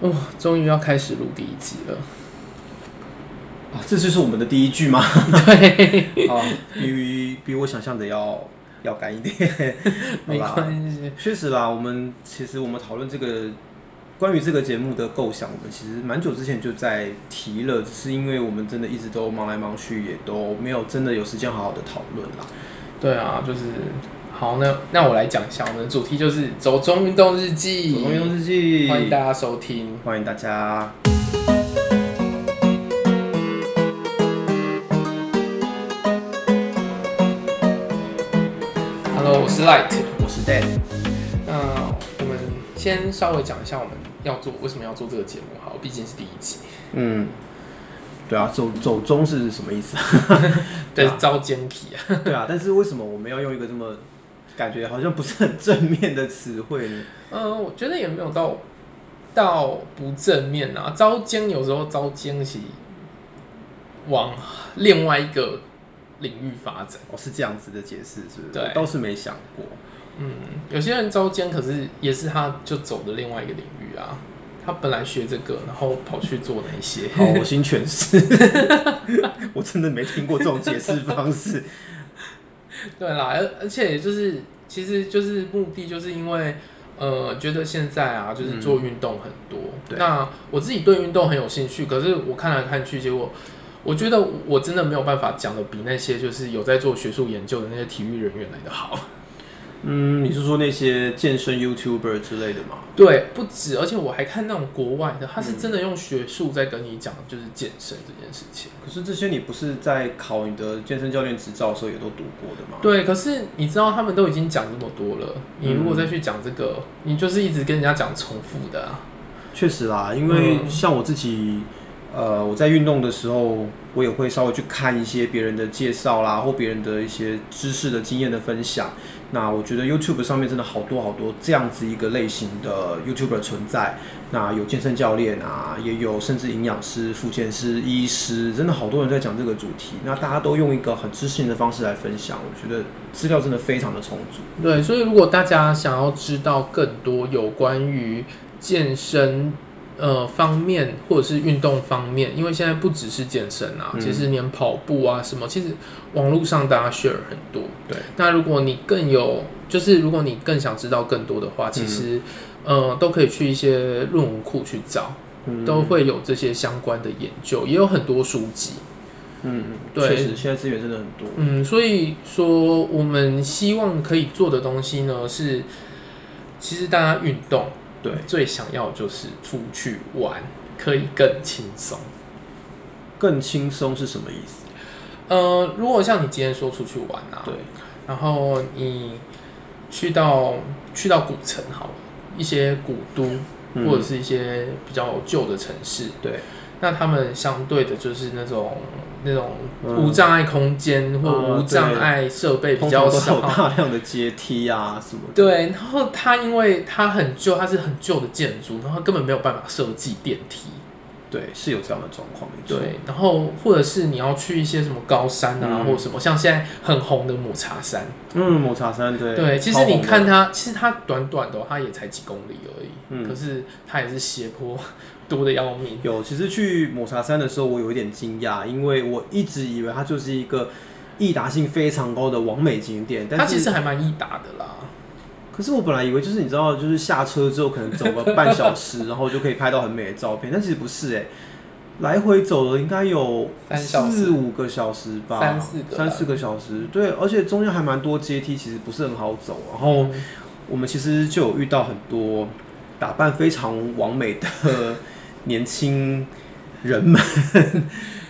哇、终于要开始录第一集了。啊，这就是我们的第一句吗？对， 啊，比比我想象的要要干一点。好 没啦，关系。确实啦，我们其实我们讨论这个关于这个节目的构想，我们其实蛮久之前就在提了，只是因为我们真的一直都忙来忙去，也都没有真的有时间好好的讨论啦。对啊，就是好，那那我来讲一下，我们的主题就是《走中运动日记手》，工用日记，欢迎大家收听。欢迎大家。 Hello，我是 Light。我是 Dan，那我们先稍微讲一下我们要做为什么要做这个节目，好，毕竟是第一集，嗯，对啊，走走中是什么意思啊？对对，遭奸体啊。 对啊，但是为什么我们要用一个这么感觉好像不是很正面的词汇呢？嗯，我觉得也没有到到不正面啊，遭奸有时候遭奸是往另外一个领域发展。哦，是这样子的解释，是不是？对我倒是没想过。嗯，有些人招奸，可是也是他就走的另外一个领域啊。他本来学这个，然后跑去做那些。 好，我新诠释， 我真的没听过这种解释方式。对啦，而而且就是，其实就是目的，就是因为呃，觉得现在啊，就是做运动很多。对那我自己对运动很有兴趣，可是我看来看去，结果我觉得我真的没有办法讲的比那些就是有在做学术研究的那些体育人员来的好。 嗯，你是说那些健身 YouTuber 之类的吗？对，不止，而且我还看那种国外的，他是真的用学术在跟你讲，就是健身这件事情。可是这些你不是在考你的健身教练执照的时候也都读过的吗？对，可是你知道他们都已经讲这么多了，你如嗯果再去讲这个，你就是一直跟人家讲重复的、啊。确实啦，因为嗯像我自己，呃，我在运动的时候，我也会稍微去看一些别人的介绍啦，或别人的一些知识的经验的分享。那我觉得 YouTube 上面真的好多好多这样子一个类型的 YouTuber 存在。那有健身教练啊，也有甚至营养师、复健师、医师，真的好多人在讲这个主题。那大家都用一个很知性的方式来分享，我觉得资料真的非常的充足。对，所以如果大家想要知道更多有关于健身呃方面或者是运动方面，因为现在不只是健身啊，嗯其实连跑步啊什么，其实网络上大家 share 很多。对，那如果你更有，就是如果你更想知道更多的话，其实、呃都可以去一些论文库去找。嗯都会有这些相关的研究，也有很多书籍。嗯，对确实现在资源真的很多。嗯，所以说我们希望可以做的东西呢是，其实大家运动对。最想要就是出去玩，可以更轻松。更轻松是什么意思？呃，如果像你今天说出去玩啊，对，然后你去到去到古城好了，一些古都嗯或者是一些比较旧的城市，对，那他们相对的就是那种那种嗯无障碍空间或嗯无障碍设备比通较常都有少。大量的阶梯啊什么的。对，然后它因为它很旧，它是很旧的建筑，然后它根本没有办法设计电梯。对，是有这样的状况，没错。对，然后或者是你要去一些什么高山啊，嗯或什么，像现在很红的抹茶山。嗯，抹茶山对。对，其超实红你的看，它，其实它短短的哦、它也才几公里而已，嗯可是它也是斜坡多的要命。有，其实去抹茶山的时候，我有一点惊讶，因为我一直以为它就是一个易达性非常高的完美景点，但它是其实还蛮易打的啦。可是我本来以为就是你知道，就是下车之后可能走个半 小时，然后就可以拍到很美的照片，但其实不是哎、来回走了应该有三小时四五个小时吧，三四个吧三四个小时，对，而且中间还蛮多阶梯，其实不是很好走。然后我们其实就有遇到很多打扮非常完美的年轻人们，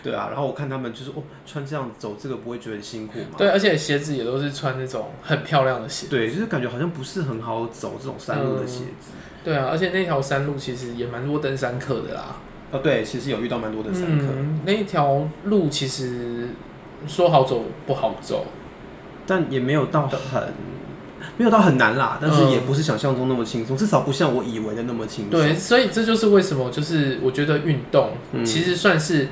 对啊，然后我看他们就是哦，穿这样走这个不会觉得很辛苦吗？对，而且鞋子也都是穿那种很漂亮的鞋。对，就是感觉好像不是很好走这种山路的鞋子。对啊，而且那条山路其实也蛮多登山客的啦。哦，对，其实有遇到蛮多登山客，嗯，那条路其实说好走不好走，但也没有到很没有到很难啦，但是也不是想象中那么轻松，至少不像我以为的那么轻嗯松。对，所以这就是为什么，就是我觉得运动嗯其实算是、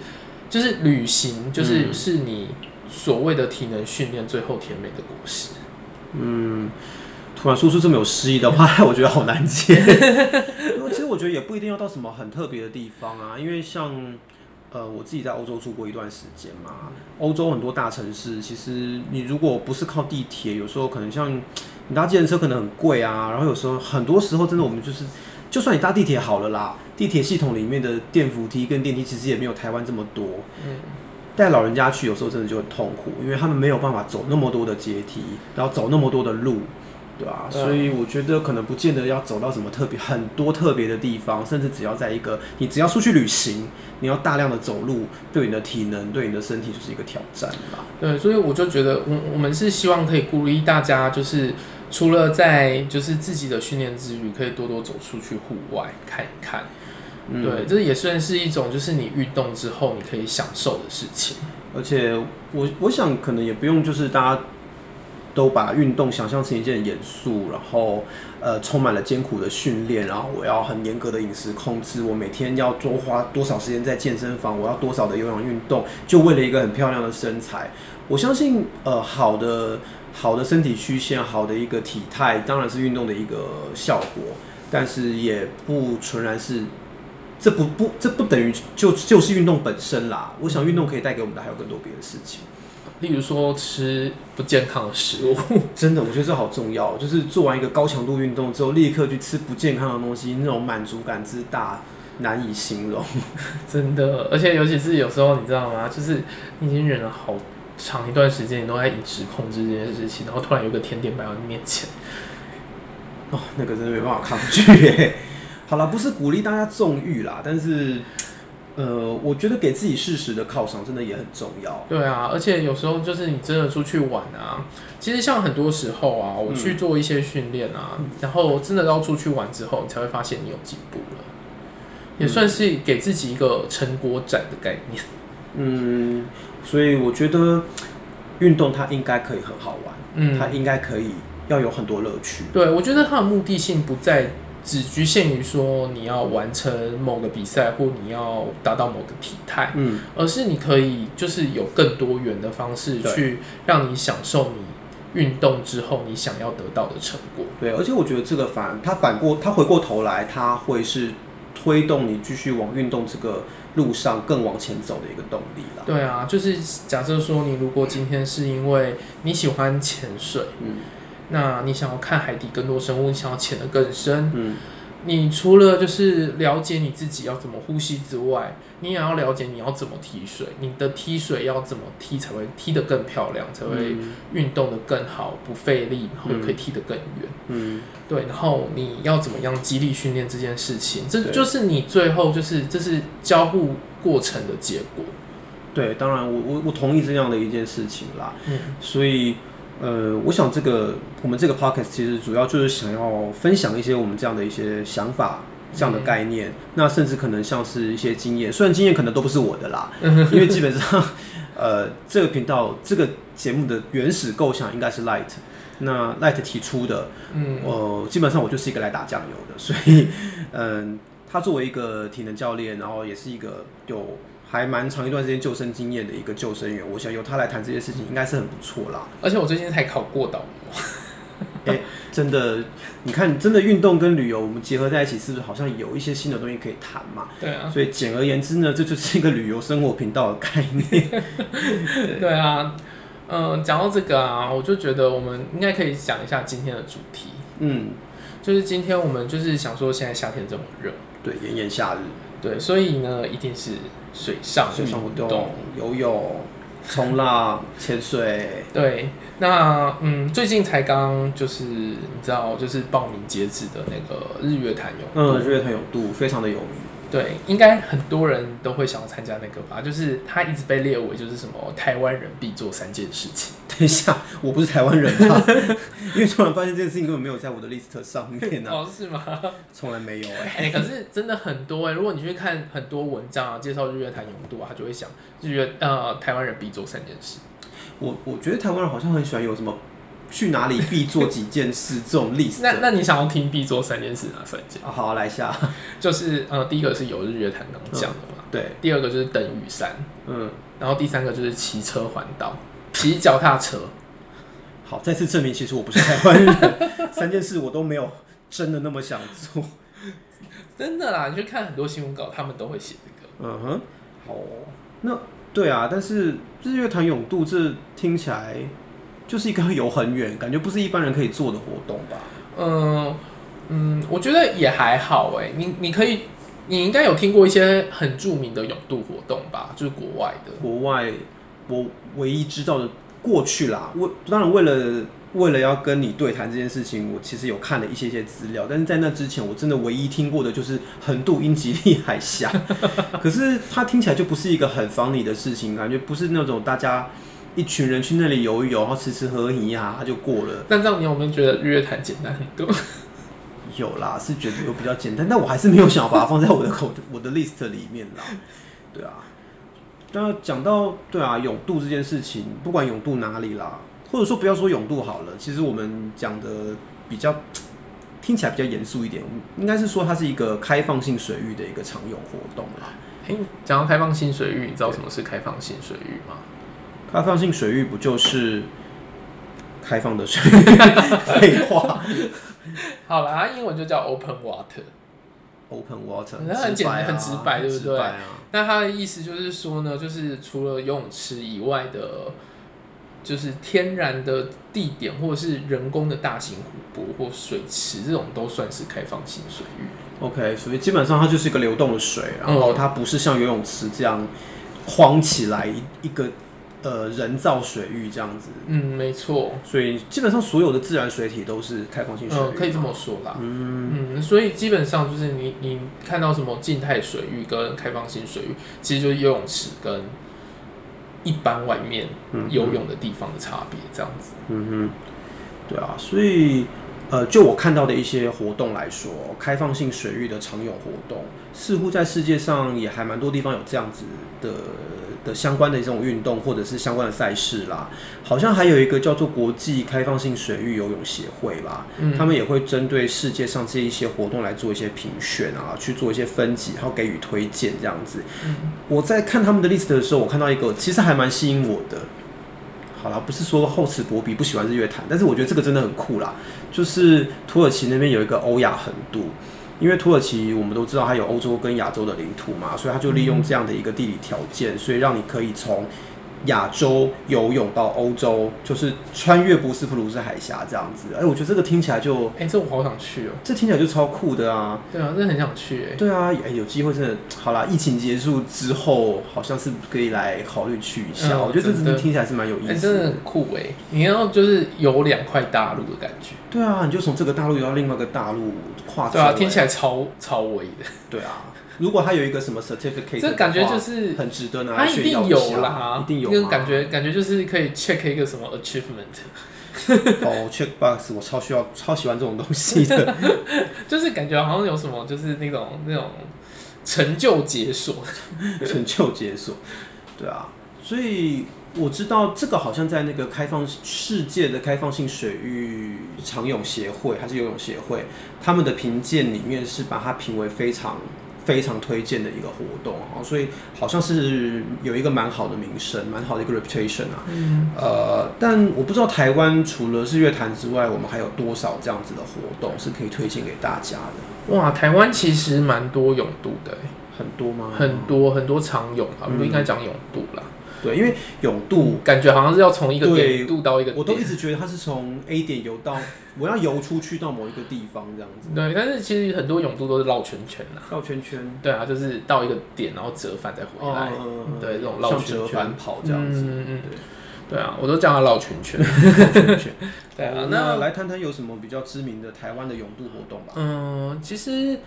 就是旅行，就是嗯是你所谓的体能训练最后甜美的果实。嗯，突然说出这么有诗意的话， 我觉得好难接。因为其实我觉得也不一定要到什么很特别的地方啊，因为像呃我自己在欧洲住过一段时间嘛，欧洲很多大城市，其实你如果不是靠地铁，有时候可能像你搭计程车可能很贵啊，然后有时候很多时候真的我们就是，就算你搭地铁好了啦，地铁系统里面的电扶梯跟电梯其实也没有台湾这么多。嗯带老人家去，有时候真的就很痛苦，因为他们没有办法走那么多的阶梯，然后走那么多的路，对吧、对啊所以我觉得可能不见得要走到什么特别很多特别的地方，甚至只要在一个呃你只要出去旅行，你要大量的走路，对你的体能、对你的身体就是一个挑战吧。对，所以我就觉得，我我们是希望可以鼓励大家，就是除了在就是自己的训练之余，可以多多走出去户外看一看。嗯对，这也算是一种就是你运动之后你可以享受的事情。而且我我想可能也不用就是大家都把运动想象成一件很严肃，然后呃充满了艰苦的训练，然后我要很严格的饮食控制，我每天要多花多少时间在健身房，我要多少的有氧运动，就为了一个很漂亮的身材。我相信呃好的好的身体曲线，好的一个体态，当然是运动的一个效果，但是也不纯然是这不不这不等于就就是运动本身啦。我想运动可以带给我们的还有更多别的事情。例如说吃不健康的食物， 哦真的，我觉得这好重要，哦就是做完一个高强度运动之后，立刻去吃不健康的东西，那种满足感之大难以形容。真的，而且尤其是有时候你知道吗？就是你已经忍了好长一段时间，你都在饮食控制这件事情，然后突然有一个甜点摆到你面前，哦，那个真的没办法抗拒 耶。好啦，不是鼓励大家纵欲啦，但是呃，我觉得给自己适时的犒赏真的也很重要。对啊，而且有时候就是你真的出去玩啊，其实像很多时候啊，我去做一些训练啊，然后真的到出去玩之后，你才会发现你有进步了，也算是给自己一个成果展的概念。嗯，所以我觉得运动它应该可以很好玩，它嗯，应该可以要有很多乐趣。对，我觉得它的目的性不在只局限于说你要完成某个比赛或你要达到某个体态，嗯，而是你可以就是有更多元的方式对去让你享受你运动之后你想要得到的成果。对，而且我觉得这个反它反过，它回过头来，它会是推动你继续往运动这个路上更往前走的一个动力啦。对啊，就是假设说你如果今天是因为你喜欢潜水，嗯那你想要看海底更多生物，你想要潜得更深，嗯，你除了就是了解你自己要怎么呼吸之外，你也要了解你要怎么踢水，你的踢水要怎么踢才会踢得更漂亮，才会嗯运动得更好，不费力，然后嗯又可以踢得更远。嗯，对，然后你要怎么样激励训练这件事情，这对就是你最后就是这是交互过程的结果。对，当然我我我同意这样的一件事情啦。嗯。所以，呃，我想这个我们这个 podcast 其实主要就是想要分享一些我们这样的一些想法。这样的概念，那甚至可能像是一些经验，虽然经验可能都不是我的啦，因为基本上，呃，这个频道这个节目的原始构想应该是 Light，那 Light 提出的，嗯，呃，基本上我就是一个来打酱油的， 所以，嗯、他作为一个体能教练，然后也是一个有还蛮长一段时间救生经验的一个救生员，我想由他来谈这些事情，应该是很不错啦。而且我最近才考过导游，真的，你看，真的运动跟旅游我们结合在一起，是不是好像有一些新的东西可以谈嘛？对啊，所以简而言之呢，这就是一个旅游生活频道的概 念。对啊，嗯，讲到这个啊，我就觉得我们应该可以讲一下今天的主题，嗯，就是今天我们就是想说现在夏天这么热，对，炎炎夏日，对，所以呢一定是水上水上活运动、游泳、冲浪、潜水，对，那嗯，最近才刚就是你知道，就是报名截止的那个日月潭泳，嗯，日月潭泳渡非常的有名。对，应该很多人都会想要参加那个吧，就是它一直被列为就是什么台湾人必做三件事情。 等一下，我不是台湾人啊， 因为突然发现这件事情根本没有在我的 list 上面啊，哦，是吗？从来没有哎、哎、可是真的很多哎、如果你去看很多文章啊，介绍日月潭泳渡啊，他就会想日月呃台湾人必做三件事。我我觉得台湾人好像很喜欢有什么去哪里必做几件事这种 list。那那你想要听必做三件事哪三件？啊好，来一下，就是呃第一个是有日月潭刚刚讲的嘛，对，第二个就是登玉山，嗯，然后第三个就是骑车环岛，骑脚踏车。好，再次证明其实我不是台湾 人，三件事我都没有真的那么想做。真的啦，你去看很多新闻稿，他们都会写这个。嗯哼，好哦，那对啊，但是日月潭泳渡这听起来就是一个游很远，感觉不是一般人可以做的活动吧？嗯嗯，我觉得也还好哎、你你可以，你应该有听过一些很著名的泳渡活动吧？就是国外的。国外我唯一知道的过去啦，为当然为了为了要跟你对谈这件事情，我其实有看了一些些资料，但是在那之前，我真的唯一听过的就是横渡英吉利海峡，可是它听起来就不是一个很防你的事情，感觉不是那种大家一群人去那里游一游，然后吃吃喝一呀、就过了。但这样你有没有觉得日月潭简单很多？ 有啦，是觉得有比较简单，但我还是没有想要把它放在我的口我的 list 里面啦。对啊，那讲到对啊，永渡这件事情，不管永渡哪里啦，或者说不要说永渡好了，其实我们讲的比较听起来比较严肃一点，应该是说它是一个开放性水域的一个常用活动啦。哎、讲到开放性水域，你知道什么是开放性水域吗？开放性水域不就是开放的水域？ 废话好啦，它英文就叫 open water。 ，open water，那很简单啊很直白对不对直白啊，那它的意思就是说呢，就是除了游泳池以外的，就是天然的地点或者是人工的大型湖泊或水池，这种都算是开放性水域。 OK，所以基本上它就是一个流动的水，然后嗯它不是像游泳池这样框起来一一个呃人造水域这样子，嗯，没错，所以基本上所有的自然水体都是开放性水域、嗯，可以这么说啦。嗯所以基本上就是你你看到什么静态水域跟开放性水域，其实就是游泳池跟一般外面嗯游泳的地方的差别，这样子。啊对啊，所以呃，就我看到的一些活动来说，开放性水域的常有活动，似乎在世界上也还蛮多地方有这样子的的相关的这种运动或者是相关的赛事啦。好像还有一个叫做国际开放性水域游泳协会吧，嗯他们也会针对世界上这一些活动来做一些评选啊，去做一些分级，然后给予推荐这样子。我在看他们的 list 的时候，我看到一个其实还蛮吸引我的。好啦，不是说厚此薄彼不喜欢日月潭，但是我觉得这个真的很酷啦。就是土耳其那边有一个欧亚横渡，因为土耳其我们都知道它有欧洲跟亚洲的领土嘛，所以它就利用这样的一个地理条件，所以让你可以从亚洲游泳到欧洲，就是穿越博斯普鲁斯海峡这样子。哎、我觉得这个听起来就哎、这我好想去哦、这听起来就超酷的啊！对啊，真的很想去哎、对啊，哎、有机会真的好啦。疫情结束之后，好像是可以来考虑去一下。嗯我觉得这真真的的听起来是蛮有意哎、思真的。的很酷哎、你要就是有两块大陆的感觉，对啊，你就从这个大陆游到另外一个大陆跨州、对啊，听起来来超超威的，对啊。如果他有一个什么 certificate，这感觉的话就是很值得拿它来一炫耀定一下有啦，一定有那嘛种感觉感觉就是可以 check 一个什么 achievement，哦，check box，我超需要超喜欢这种东西的， 就是感觉好像有什么就是那种那种成就解锁， 成就解锁，对啊，所以我知道这个好像在那个开放世界的开放性水域长泳协会还是游泳协会，他们的评鉴里面是把它评为非常非常推荐的一个活动哦，所以好像是有一个蛮好的名声，蛮好的一个 reputation 啊。嗯、呃，但我不知道台湾除了日月潭之外，我们还有多少这样子的活动是可以推荐给大家的？哇，台湾其实蛮多泳渡的、欸很多吗？很多嗯很多长泳啊，不应该讲泳渡啦，对，因为泳渡感觉好像是要从一个对点渡到一个我都点一。直觉得它是从 A 点游到我要游出去到某一个地方这样子，对，但是其实很多泳渡都是绕圈圈啦。绕圈圈，对啊，就是到一个点，然后折返再回来。嗯对这种绕像圈折圈返跑这样子，嗯嗯对啊，我都叫他绕圈圈。对，绕圈圈。 对啊好，那那来谈谈有什么比较知名的台湾的泳渡活动吧？嗯，其实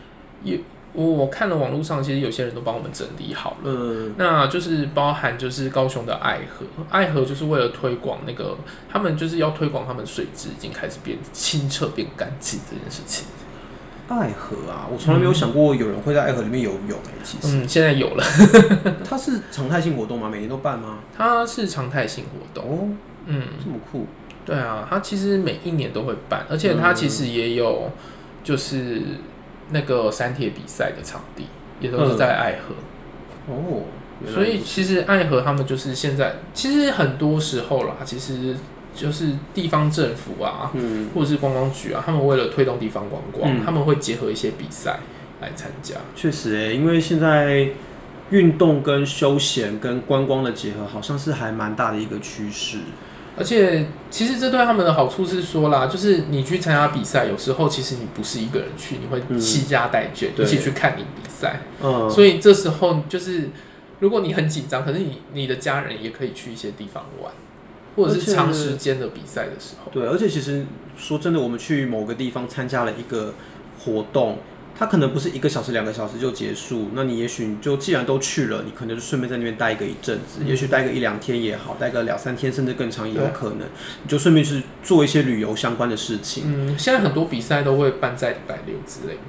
有我我看了网络上，其实有些人都帮我们整理好了。嗯，那就是包含就是高雄的爱河，爱河就是为了推广那个，他们就是要推广他们水质已经开始变清澈、变干净这件事情。爱河啊，我从来没有想过有人会在爱河里面游泳诶、其实、嗯，现在有了，它是常态性活动吗？每年都办吗？它是常态性活动。哦，嗯，这么酷，对啊，它其实每一年都会办，而且它其实也有就是那个山铁比赛的场地，也都是在爱河。嗯哦，原来所以其实爱河他们就是现在，其实很多时候啦，其实就是地方政府啊，嗯，或者是观光局啊，他们为了推动地方观光，嗯他们会结合一些比赛来参加。确实诶、因为现在运动跟休闲跟观光的结合，好像是还蛮大的一个趋势。而且，其实这对他们的好处是说啦，就是你去参加比赛，有时候其实你不是一个人去，你会嗯惜家带眷、对一起去看你比赛。嗯，所以这时候就是，如果你很紧张，可是你你的家人也可以去一些地方玩，或者而是且嗯长时间的比赛的时候，对，而且其实说真的，我们去某个地方参加了一个活动，它可能不是一个小时、两个小时就结束。那你也许你就既然都去了，你可能就顺便在那边待一个一阵子，嗯也许待个一两天也好，待个两三天甚至更长也有对可能。你就顺便去做一些旅游相关的事情。嗯，现在很多比赛都会办在礼拜六之类的，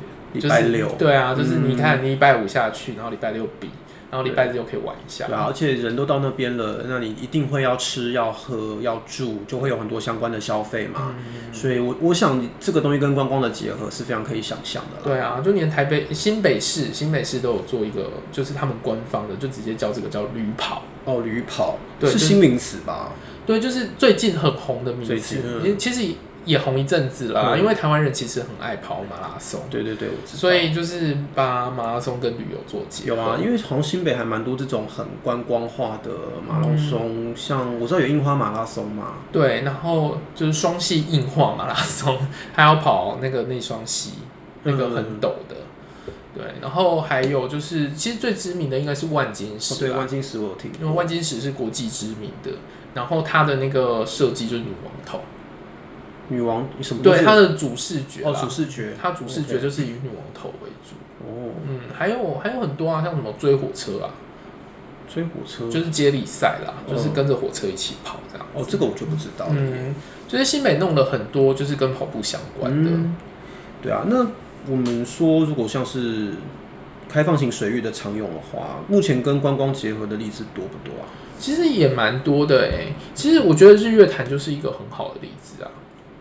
礼拜六就是，对啊，就是你嗯看你礼拜五下去，然后礼拜六比，然后礼拜日又可以玩一下对，啊，而且人都到那边了，那你一定会要吃、要喝、要住，就会有很多相关的消费嘛。嗯所以我我想这个东西跟观光的结合是非常可以想象的啦。对啊，就连台北、新北市、新北市都有做一个，就是他们官方的，就直接叫这个叫“旅跑哦，旅跑对是就是新名词吧？”。对，就是最近很红的名最词近，嗯也其实也红一阵子啦。嗯因为台湾人其实很爱跑马拉松，对对对，我知道。所以就是把马拉松跟旅游做结合。有啊，因为好像新北还蛮多这种很观光化的马拉松，嗯像我知道有樱花马拉松嘛，对，然后就是双系硬化马拉松， 还要跑那个内双溪，那个很陡的。对，然后还有就是，其实最知名的应该是啊哦万金哦、石对，吧、万金石我有听因为万金石是国际知名的，然后它的那个设计就是女王头，女王什么对，它她的主视觉哦啦主视觉哦它主视觉 OK 就是以女王头为主。哦嗯，还有还有很多啊，像什么追火车啊，追火车就是接力赛啦，嗯就是跟着火车一起跑这样。哦这个我就不知道了。嗯，就是新北弄了很多就是跟跑步相关的。嗯对啊，那我们说如果像是开放型水域的常用的话，目前跟观光结合的例子多不多啊？其实也蛮多的哎、其实我觉得日月潭就是一个很好的例子啊。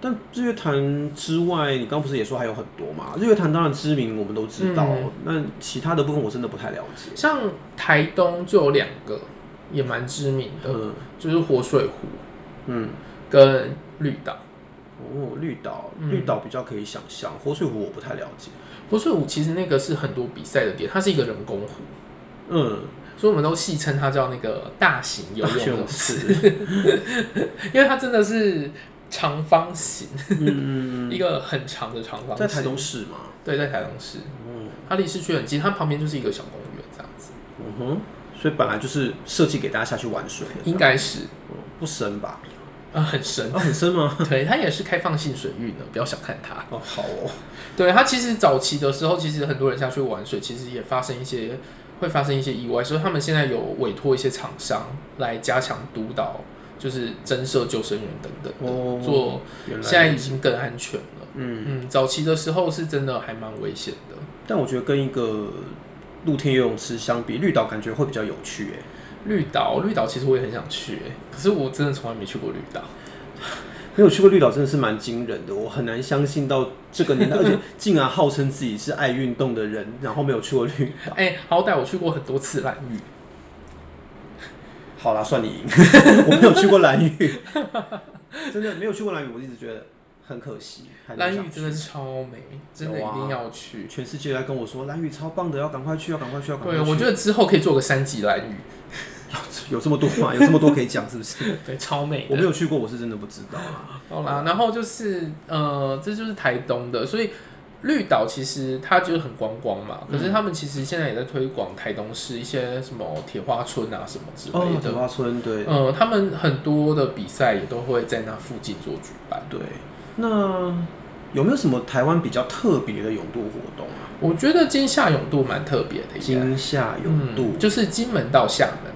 但日月潭之外，你刚不是也说还有很多嘛？日月潭当然知名，我们都知道。嗯那其他的部分我真的不太了解。像台东就有两个也蛮知名的，嗯就是活水湖嗯，跟绿岛。哦，绿岛，嗯绿岛比较可以想象，活水湖我不太了解。活水湖其实那个是很多比赛的点，它是一个人工湖，嗯，所以我们都戏称它叫那个大型游泳泳的池，池， 因为它真的是长方形，嗯 嗯一个很长的长方嗯，形。在台东市嘛。对，在台东市，嗯它离市区很近，它旁边就是一个小公园这样子，嗯哼，所以本来就是设计给大家下去玩水的，应该是嗯不深吧？啊、很深。啊，很深吗？对，它也是开放性水域呢，不要小看它。哦，好哦，对，它其实早期的时候，其实很多人下去玩水，其实也发生一些会发生一些意外，所以他们现在有委托一些厂商来加强督导，就是增设救生员等等的，哦做原来现在已经更安全了。嗯，嗯，早期的时候是真的还蛮危险的。但我觉得跟一个露天游泳池相比，绿岛感觉会比较有趣欸诶。绿岛，绿岛其实我也很想去、欸，可是我真的从来没去过绿岛。没有去过绿岛真的是蛮惊人的，我很难相信到这个 年代，而且竟然号称自己是爱运动的人，然后没有去过绿 岛。哎、好歹我去过很多次蓝屿，好啦，算你 赢。我没有去过蓝屿，真的没有去过蓝屿，我一直觉得很可惜。还没蓝想屿真的超美，真的有啊一定要去。全世界都在跟我说蓝屿超棒的，要赶快去，要赶快去，要赶快对，去。我觉得之后可以做个三级蓝 屿，有这么多嘛，有这么多可以讲，是不是？ 对，超美我的没。有去过，我是真的不知道啊啦。好啦，啊然后就是呃，这就是台东的，所以绿岛其实它就是很观光嘛，嗯可是他们其实现在也在推广台东市一些什么铁花村啊什么之哦类，铁的。花村，对呃，他们很多的比赛也都会在那附近做举办。对。那有没有什么台湾比较特别的泳渡活动啊？我觉得金夏永渡蛮特别的耶，金夏泳渡哎嗯，就是金门到厦门。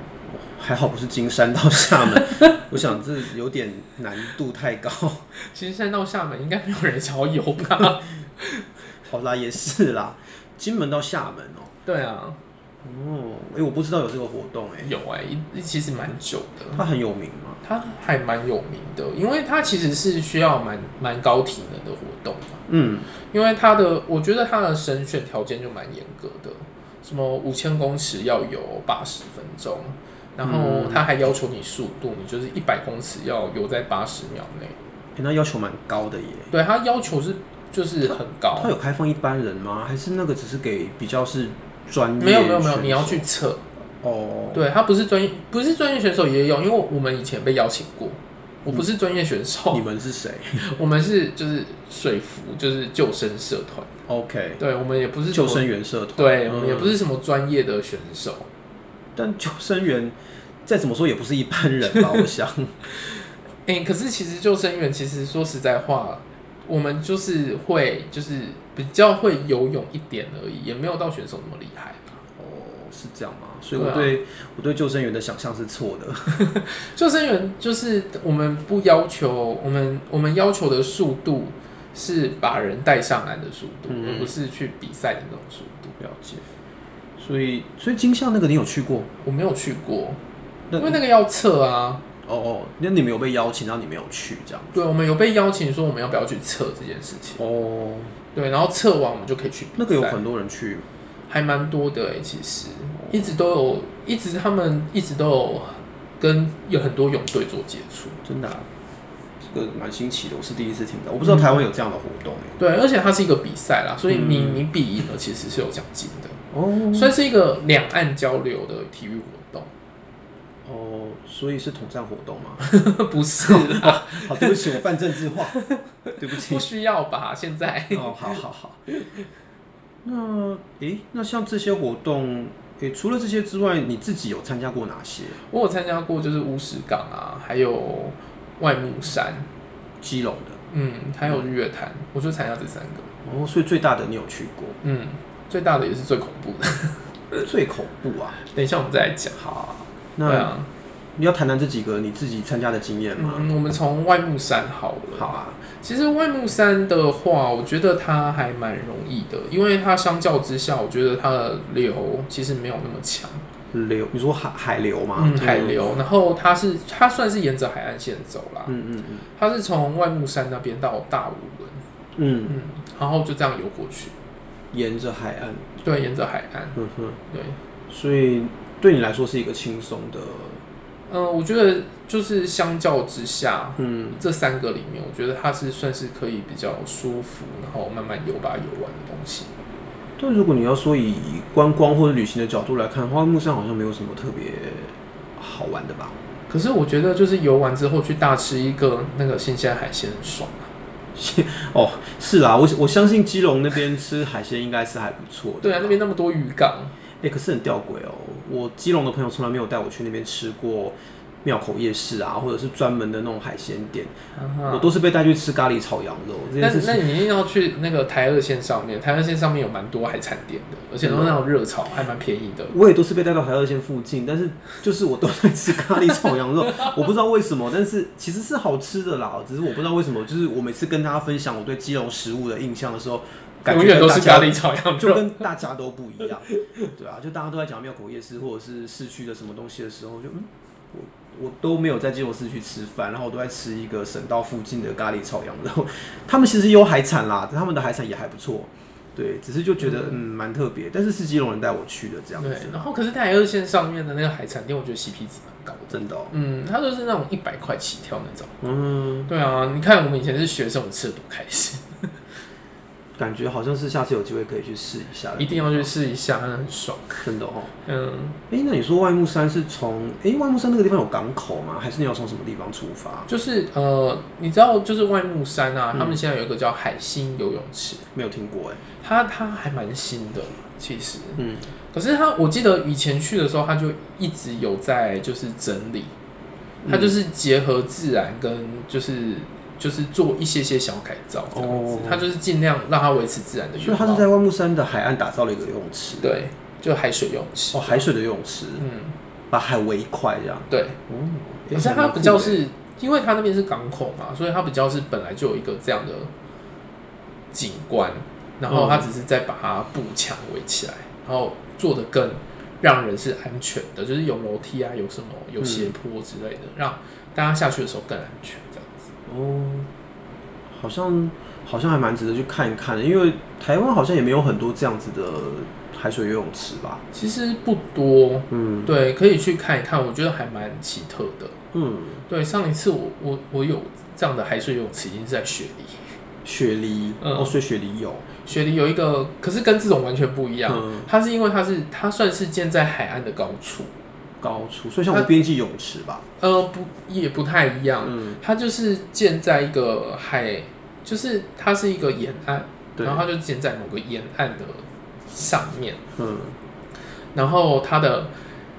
还好不是金山到厦门， 我想这有点难度太高。 金山到厦门应该没有人想要游吧？好啦，也是啦，金门到厦门哦、 对啊，哦，哎、我不知道有这个活动哎、有哎、一其实蛮久的。它很有名嘛。它还蛮有名的，因为它其实是需要蛮蛮高体能的活动嘛，嗯，因为它的我觉得它的审选条件就蛮严格的，什么五千公尺要有八十分钟，然后他还要求你速度，你就是一百公尺要游在八十秒内。诶那要求蛮高的耶。对他要求是就是很高它，有开放一般人吗？还是那个只是给比较是专业？没有没有没有，你要去测。哦。对他不是专业，不是专业选手也有，因为我们以前被邀请过。我不是专业选手你，们是谁 我们是就是水服，就是救生社团。 ？OK，对，我们也不是什救么，生员社团。对，嗯我们也不是什么专业的选手。但救生员再怎么说也不是一般人吧？我想。嗯哎、可是其实救生员，其实说实在话，我们就是会就是比较会游泳一点而已，也没有到选手那么厉害吧。哦，是这样吗？所以对我啊对我对救生员的想象是错的。救生员就是我们不要求我们我们要求的速度是把人带上岸的速度，嗯而不是去比赛的那种速度。了解。所以，所以金像那个你有去过？我没有去过，那因为那个要测啊。哦哦，那你们有被邀请，然后你没有去这样？对，我们有被邀请说我们要不要去测这件事情。哦，对，然后测完我们就可以去比赛。那个有很多人去，还蛮多的哎、其实一直都有，一直他们一直都有跟有很多泳队做接触。真的啊、这个蛮新奇的，我是第一次听到，我不知道台湾有这样的活动欸、对，而且它是一个比赛啦，所以你嗯你比赢了其实是有奖金的，哦算是一个两岸交流的体育活动。 哦，所以是统战活动吗？ 不是啦，好，对不起，我犯政治化，对不起不。需要吧？现在哦，好好好。 那诶、那像这些活动，诶、除了这些之外，你自己有参加过哪些？我有参加过，就是乌石港啊，还有外木山，基隆的嗯，还有日月潭，我就参加这三个。哦，所以最大的你有去过？嗯，最大的也是最恐怖的，最恐怖啊！等一下我们再来讲。好，对那啊，你要谈谈这几个你自己参加的经验吗？嗯，我们从外木山好了。好啊，其实外木山的话，我觉得它还蛮容易的，因为它相较之下，我觉得它的流其实没有那么强，流，你说海海流吗？嗯，海，流。啊然后它是它算是沿着海岸线走啦，嗯嗯嗯它是从外木山那边到大武仑，嗯，嗯，然后就这样游过去，沿着海岸，对，沿着海岸，嗯哼，对，所以对你来说是一个轻松的，嗯、我觉得就是相较之下，嗯，这三个里面，我觉得它是算是可以比较舒服，然后慢慢游吧游玩的东西。但如果你要说以观光或者旅行的角度来看，花木山好像没有什么特别好玩的吧？可是我觉得就是游完之后去大吃一个那个新鲜海鲜很爽啊。哦，是啦，我我相信基隆那边吃海鲜应该是还不错的，对啊，那边那么多渔港，哎、可是很吊诡哦，我基隆的朋友从来没有带我去那边吃过庙口夜市啊，或者是专门的那种海鲜店，我啊、都是被带去吃咖喱炒羊肉这那件事那情。你一定要去那个台二线上面，台二线上面有蛮多海产店的，而且都是那种热炒，还蛮便宜的。我也都是被带到台二线附近，但是就是我都在吃咖喱炒羊肉， 我不知道为什么，但是其实是好吃的啦，只是我不知道为什么，就是我每次跟大家分享我对基隆食物的印象的时候，感永觉远跟都大是咖家喱炒羊就肉，跟大家都不一样，对啊，就大家都在讲庙口夜市或者是市区的什么东西的时候，就嗯，我我都没有在基隆市区吃饭，然后我都在吃一个省道附近的咖喱炒羊肉。 他们其实有海产啦，他们的海产也还不错，对，只是就觉得嗯蛮特别，但是是基隆人带我去的这样子对。，然后可是台二线上面的那个海产店，我觉得 CP 值蛮高的。真的、哦，嗯，它就是那种一百块起跳那种。嗯，对啊，你看我们以前是学生，我们吃的多开心，感觉好像是下次有机会可以去试一下的，啊一定要去试一下，那很爽。真的哦。嗯，哎、那你说外木山是从哎、外木山那个地方有港口吗？还是你要从什么地方出发？就是呃，你知道，就是外木山啊，嗯他们现在有一个叫海星游泳池，没有听过哎、它它还蛮新的，其实。嗯。可是它，我记得以前去的时候，它就一直有在就是整理，嗯它就是结合自然跟就是就是做一些些小改造这样子哦，它就是尽量让它维持自然的嗯所原以它是貌。在万木山的海岸打造了一个游泳池，对，就海水游泳池哦，。海水的游泳池，嗯，把海围一块这样。对。嗯，可是欸它比较是，因为它那边是港口嘛，所以它比较是本来就有一个这样的景观，然后它只是在把它步枪围起来，然后做的更让人是安全的，就是有楼梯啊，有什么有斜坡之类的，让大家下去的时候更安全这样子。哦，好像好像还蛮值得去看一看的，因为台湾好像也没有很多这样子的海水游泳池吧。其实不多，嗯对，可以去看一看，我觉得还蛮奇特的。嗯，对，上一次我我我有这样的海水游泳池，已经是在雪梨。雪梨、嗯哦，所以雪梨有，雪梨有一个，可是跟这种完全不一样。嗯它是因为它是它算是建在海岸的高处，高处，所以像我们边际泳池吧。呃，不也不太一样。嗯，它就是建在一个海，就是它是一个沿岸，对然，后它就建在某个沿岸的上面。嗯然后它的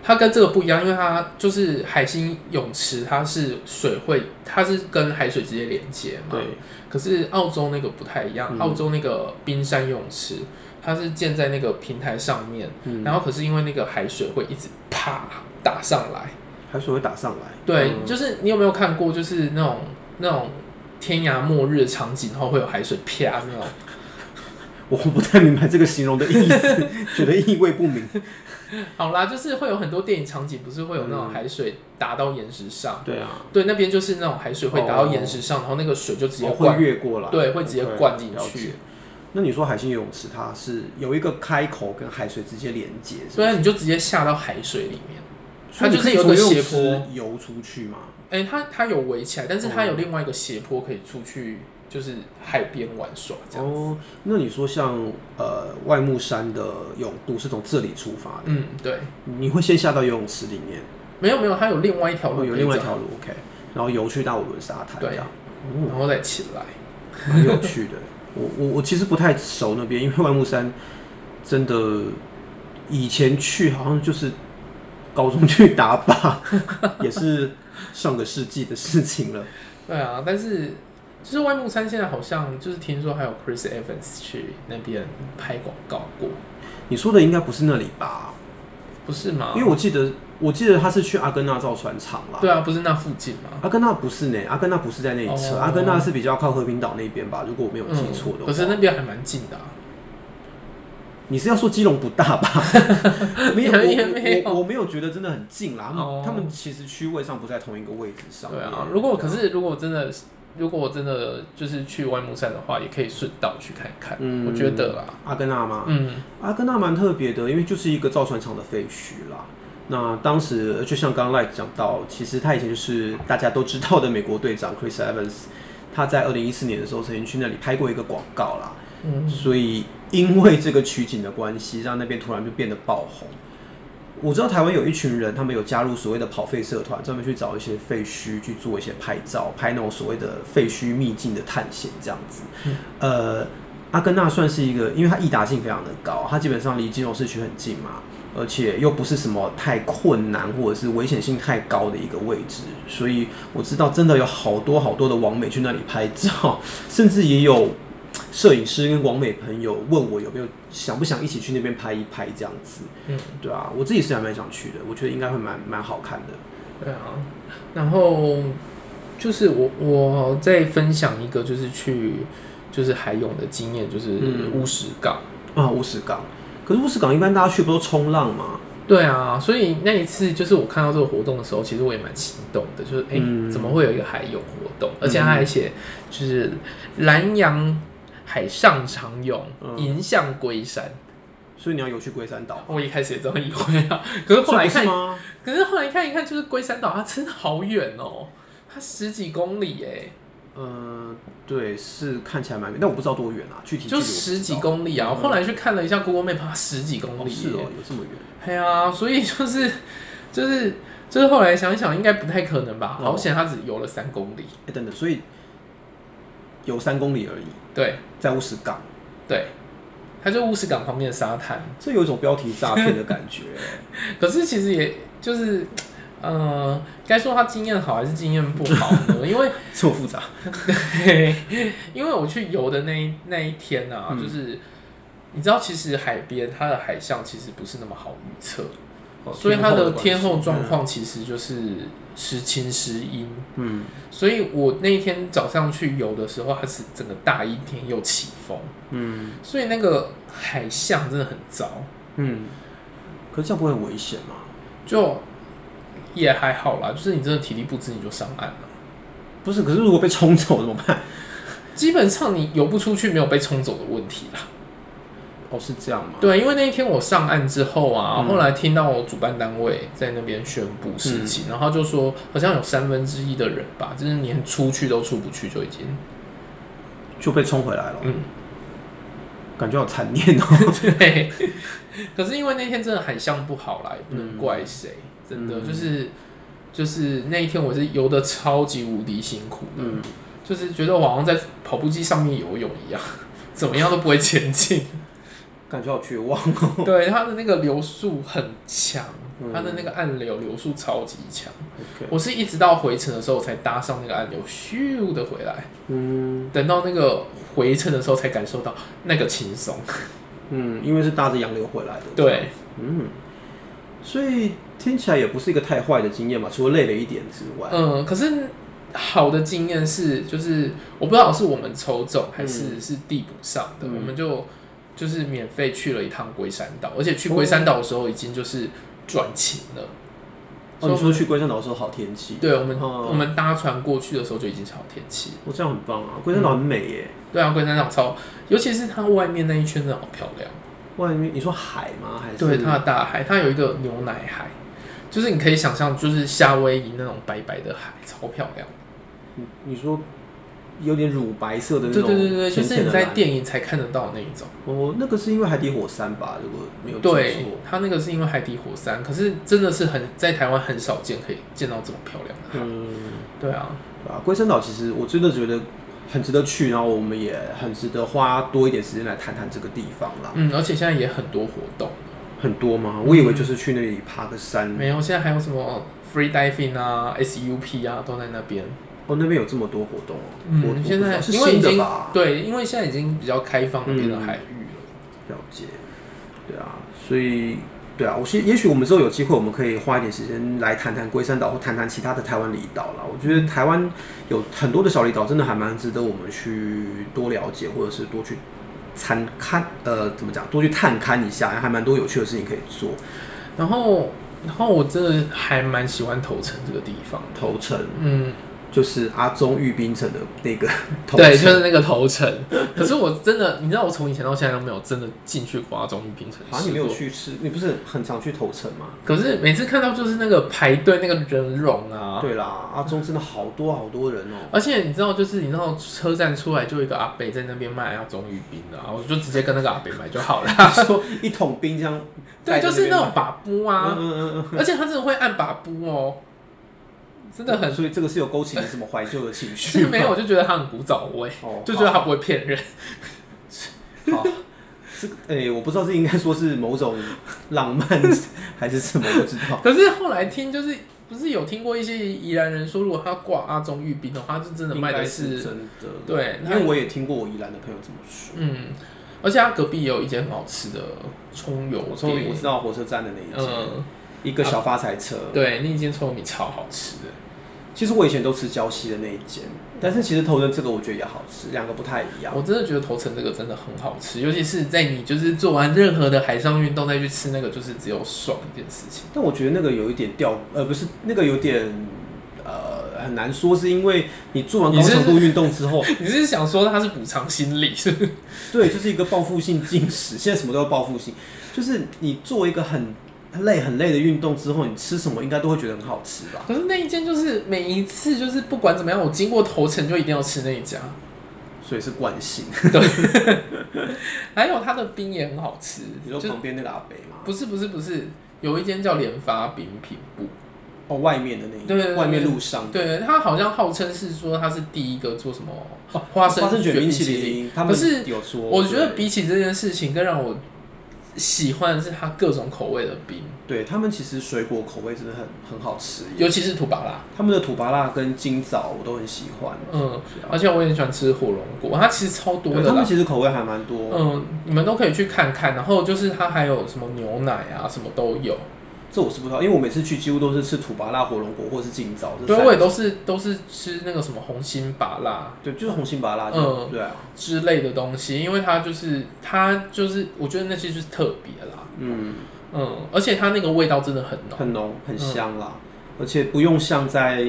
它跟这个不一样，因为它就是海星泳池，它是水会，它是跟海水直接连接嘛。对，可是澳洲那个不太一样，嗯澳洲那个冰山泳池，它是建在那个平台上面，嗯，然后可是因为那个海水会一直啪打上来，海水会打上来。对，嗯就是你有没有看过，就是那种那种天涯末日的场景，然后会有海水啪那种， 我不太明白这个形容的意思， 觉得意味不明。好啦，就是会有很多电影场景，不是会有那种海水打到岩石上，对啊， 对，那边就是那种海水会打到岩石上，然后那个水就直接我哦会灌，越过来，对，会直接 OK，灌进了去解。。那你说海星游泳池它是有一个开口跟海水直接连接，所以你就直接下到海水里面。所以它你就可是以有个从游斜泳坡池游出去嘛？哎、它它有围起来，但是它哦有另外一个斜坡可以出去，就是海边玩耍这样。哦，那你说像呃外木山的泳渡是从这里出发的，嗯，对，你会先下到游泳池里面，没有没有，它有另外一条路哦可以走，有另外一条路，OK，然后游去大五轮沙滩，对这样，然后再起来。蛮有趣的。我我我其实不太熟那边，因为外木山真的以前去好像就是高中去打靶， 也是上个世纪的事情了。对啊，但是就是外木山现在好像就是听说还有 Chris Evans 去那边拍广告过，你说的应该不是那里吧？不是吗？因为我记得我记得他是去阿根纳造船厂啦。对啊，不是那附近吗？阿根纳不是呢，阿根纳不是在那一侧，哦阿根纳是比较靠和平岛那边吧，如果我没有记错的嗯，话。可是那边还蛮近的、啊。你是要说基隆不大 吧？没有，也没我有我我没有觉得真的很近啦，他们、哦他们其实区位上不在同一个位置上对面。啊，如果可是如果真的，如果我真的就是去外木山的话，也可以顺道去看看。嗯我觉得啦，阿根纳嘛，嗯，阿根纳蛮特别的，因为就是一个造船厂的废墟啦。那当时呃就像刚刚 Like 讲到，其实他以前就是大家都知道的美国队长 Chris Evans，他在二零一四年的时候曾经去那里拍过一个广告啦。嗯所以因为这个取景的关系，让那边突然就变得爆红。我知道台湾有一群人，他们有加入所谓的跑废社团，专门去找一些废墟去做一些拍照，拍那种所谓的废墟秘境的探险这样子。嗯呃，阿根纳算是一个，因为它易达性非常的高，它基本上离金融市区很近嘛，而且又不是什么太困难或者是危险性太高的一个位置，所以我知道真的有好多好多的网美去那里拍照， 甚至也有摄影师跟网美朋友问我有没有想不想一起去那边拍一拍这样子。嗯，对啊，我自己是还蛮想去的，我觉得应该会蛮蛮好看的。对啊。然后就是我我再分享一个，就是去就是海泳的经验，就是嗯乌石港。啊，乌石港，可是乌石港一般大家去不都冲浪吗？对啊，所以那一次就是我看到这个活动的时候，其实我也蛮心动的，就是哎、诶嗯怎么会有一个海泳活动？而且它还写就是南洋海上长泳，嗯迎向龟山。所以你要游去龟山岛，哦我一开始也这么以为啊， 可是后来所看以不是，吗？可是后来看一看，就是龟山岛，它真的好远哦，它十几公里哎，嗯、对，是看起来蛮远，但我不知道多远啊，具体距离就我不知道嗯十几公里啊。我后来去看了一下 Google Map，它十几公哦，里是耶哦，有这么远。哎呀，所以就是就是就是后来想一想，应该不太可能吧？哦好险，它只游了三公里。哎、等等，所以有三公里而已，对在乌石港，对，它就乌石港旁边的沙滩。这有一种标题诈骗的感 觉。可是其实也就是，呃，该说他经验好还是经验不好呢？因 为这么复杂，对，因为我去游的那一那一天啊，嗯就是你知道，其实海边它的海象其实不是那么好预测，哦所以它的天候关系状况其实就是时晴时阴。嗯，所以我那一天早上去游的时候，它是整个大阴天又起风，嗯所以那个海象真的很糟，嗯，可是这样不会很危险吗？就也还好啦。就是你真的体力不支，你就上岸了。不是，可是如果被冲走怎么办？基本上你游不出去，没有被冲走的问题啦。哦，是这样吗？对，因为那一天我上岸之后啊，嗯后来听到我主办单位在那边宣布事情，嗯然后他就说好像有三分之一的人吧，就是连出去都出不去，就已经就被冲回来了，嗯，感觉好残念哦。 对。可是因为那天真的海象不好啦，也不能怪谁，真的嗯就是就是那一天我是游的超级无敌辛苦的，嗯，就是觉得我好像在跑步机上面游泳一样， 怎么样都不会前进。感觉好绝望 哦。对，它的那个流速很强嗯，它的那个暗流流速超级强。 OK，我是一直到回程的时候才搭上那个按钮，咻的回来。嗯等到那个回程的时候才感受到那个轻松。嗯，因为是搭着洋流回来的，，对，嗯，所以听起来也不是一个太坏的经验嘛，除了累了一点之外，嗯，可是好的经验是，就是我不知道是我们抽中还是是地补上的，嗯我们就就是免费去了一趟龟山岛，而且去龟山岛的时候已经就是转晴了。哦，你说去龟山岛的时候好天气，对我们、哦我们搭船过去的时候就已经是好天气了。哦，这样很棒啊，龟山岛很美耶。对啊，龟山岛超，尤其是它外面那一圈真的好漂亮。外面你说海吗？还是对，它的大海，它有一个牛奶海，就是你可以想象，就是夏威夷那种白白的海，超漂亮。你你说有点乳白色的那对种对对对，就浅是浅你的在蓝电影才看得到的那一种。哦，那个是因为海底火山吧？如果没有记对错，，它那个是因为海底火山，可是真的是很在台湾很少见，可以见到这么漂亮的海。嗯，对啊，对啊，龟山岛其实我真的觉得很值得去，然后我们也很值得花多一点时间来谈谈这个地方啦。嗯，而且现在也很多活动，很多吗？我以为就是去那里爬个山，嗯没有，现在还有什么 free diving 啊、SUP 啊，都在那边。哦，那边有这么多活动哦。我我嗯，不现知道在是因为已新的经吧？对，因为现在已经比较开放那边的嗯海域了。了解，对啊，所以对啊，我是也许我们之后有机会，我们可以花一点时间来谈谈龟山岛，或谈谈其他的台湾离岛啦。我觉得台湾有很多的小离岛，真的还蛮值得我们去多了解，或者是多去参看，呃，怎么讲，多去探勘一下，还蛮多有趣的事情可以做。然后，然后我真的还蛮喜欢头城这个地方的。头城嗯，就是阿中玉冰城的那个 头对，就城。是那个头城。可是我真的，你知道，我从以前到现在都没有真的进去过阿中玉冰城。好像你没有。去吃，你不是很常去头城吗？可是每次看到就是那个排队那个人龙啊，对啦，阿中真的好多好多人哦、而且你知道，就是你知道车站出来就有一个阿北在那边卖阿中玉冰的、啊，我就直接跟那个阿北买就 好了。说一桶冰这样带对，着就边卖，是那种把布嗯啊，嗯嗯嗯，而且他真的会按把布哦，真的 很。所以这个是有勾起你什么怀旧的情其绪实吗？ 没有，我就觉得他很古早味，哦 就觉得他不会骗人。好，这个诶、我不知道是应该说是某种 浪漫还是什么，不知道。可是后来听就是不是有听过一些宜兰人说，如果他挂阿中玉冰的话，他就真的卖应该的是是真的，对因那为我也听过我宜兰的朋友这么说。嗯，而且他隔壁也有一间很好吃的葱油我从我店知，道火车站的那一间，嗯，一个小发财车。对，那一间葱油米超好吃的。其实我以前都吃礁溪的那一间，但是其实头人这个我觉得也好吃，两个不太一样。我真的觉得头层这个真的很好吃，尤其是在你就是做完任何的海上运动再去吃那个，就是只有爽一件事 情。但我觉得那个有一点掉，呃，不是那个有点呃很难说，是因为你做完高你是强度运动之后，你是想说它是补偿心理是不是？对，就是一个报复性进食。现在什么都要报复性，就是你做一个很累很累的运动之后，你吃什么应该都会觉得很好吃吧？可是那一间就是每一次就是不管怎么样，我经过头层就一定要吃那一家。所以是惯性。还有它的冰也很好吃，你就说旁边那个阿北吗？不是不是不是，有一间叫联发饼品部，哦，外面的那一对对对外面路上对，它好像号称是说它是第一个做什么花生花生卷冰冰淇淇淋。淋，他可是们有说，我觉得对比起这件事情，更让我喜欢的是它各种口味的冰，对他们其实水果口味真的很很好吃耶，尤其是土巴拉。他们的土巴辣跟金枣我都很喜欢。嗯是啊，而且我也很喜欢吃火龙果，它其实超多对的他们啦。其实口味还蛮多，嗯，你们都可以去看看，然后就是它还有什么牛奶啊，什么都有。这我是不知道，因为我每次去几乎都是吃土巴辣火龙果或是金枣。这对，三我也种都是都是吃那个什么红心芭辣对，就是红心巴辣，嗯对啊，之类的东西，因为它就是它就是我觉得那些就是特别啦。嗯，嗯，而嗯且它那个味道真的很浓。很浓很香啦，而且不用像在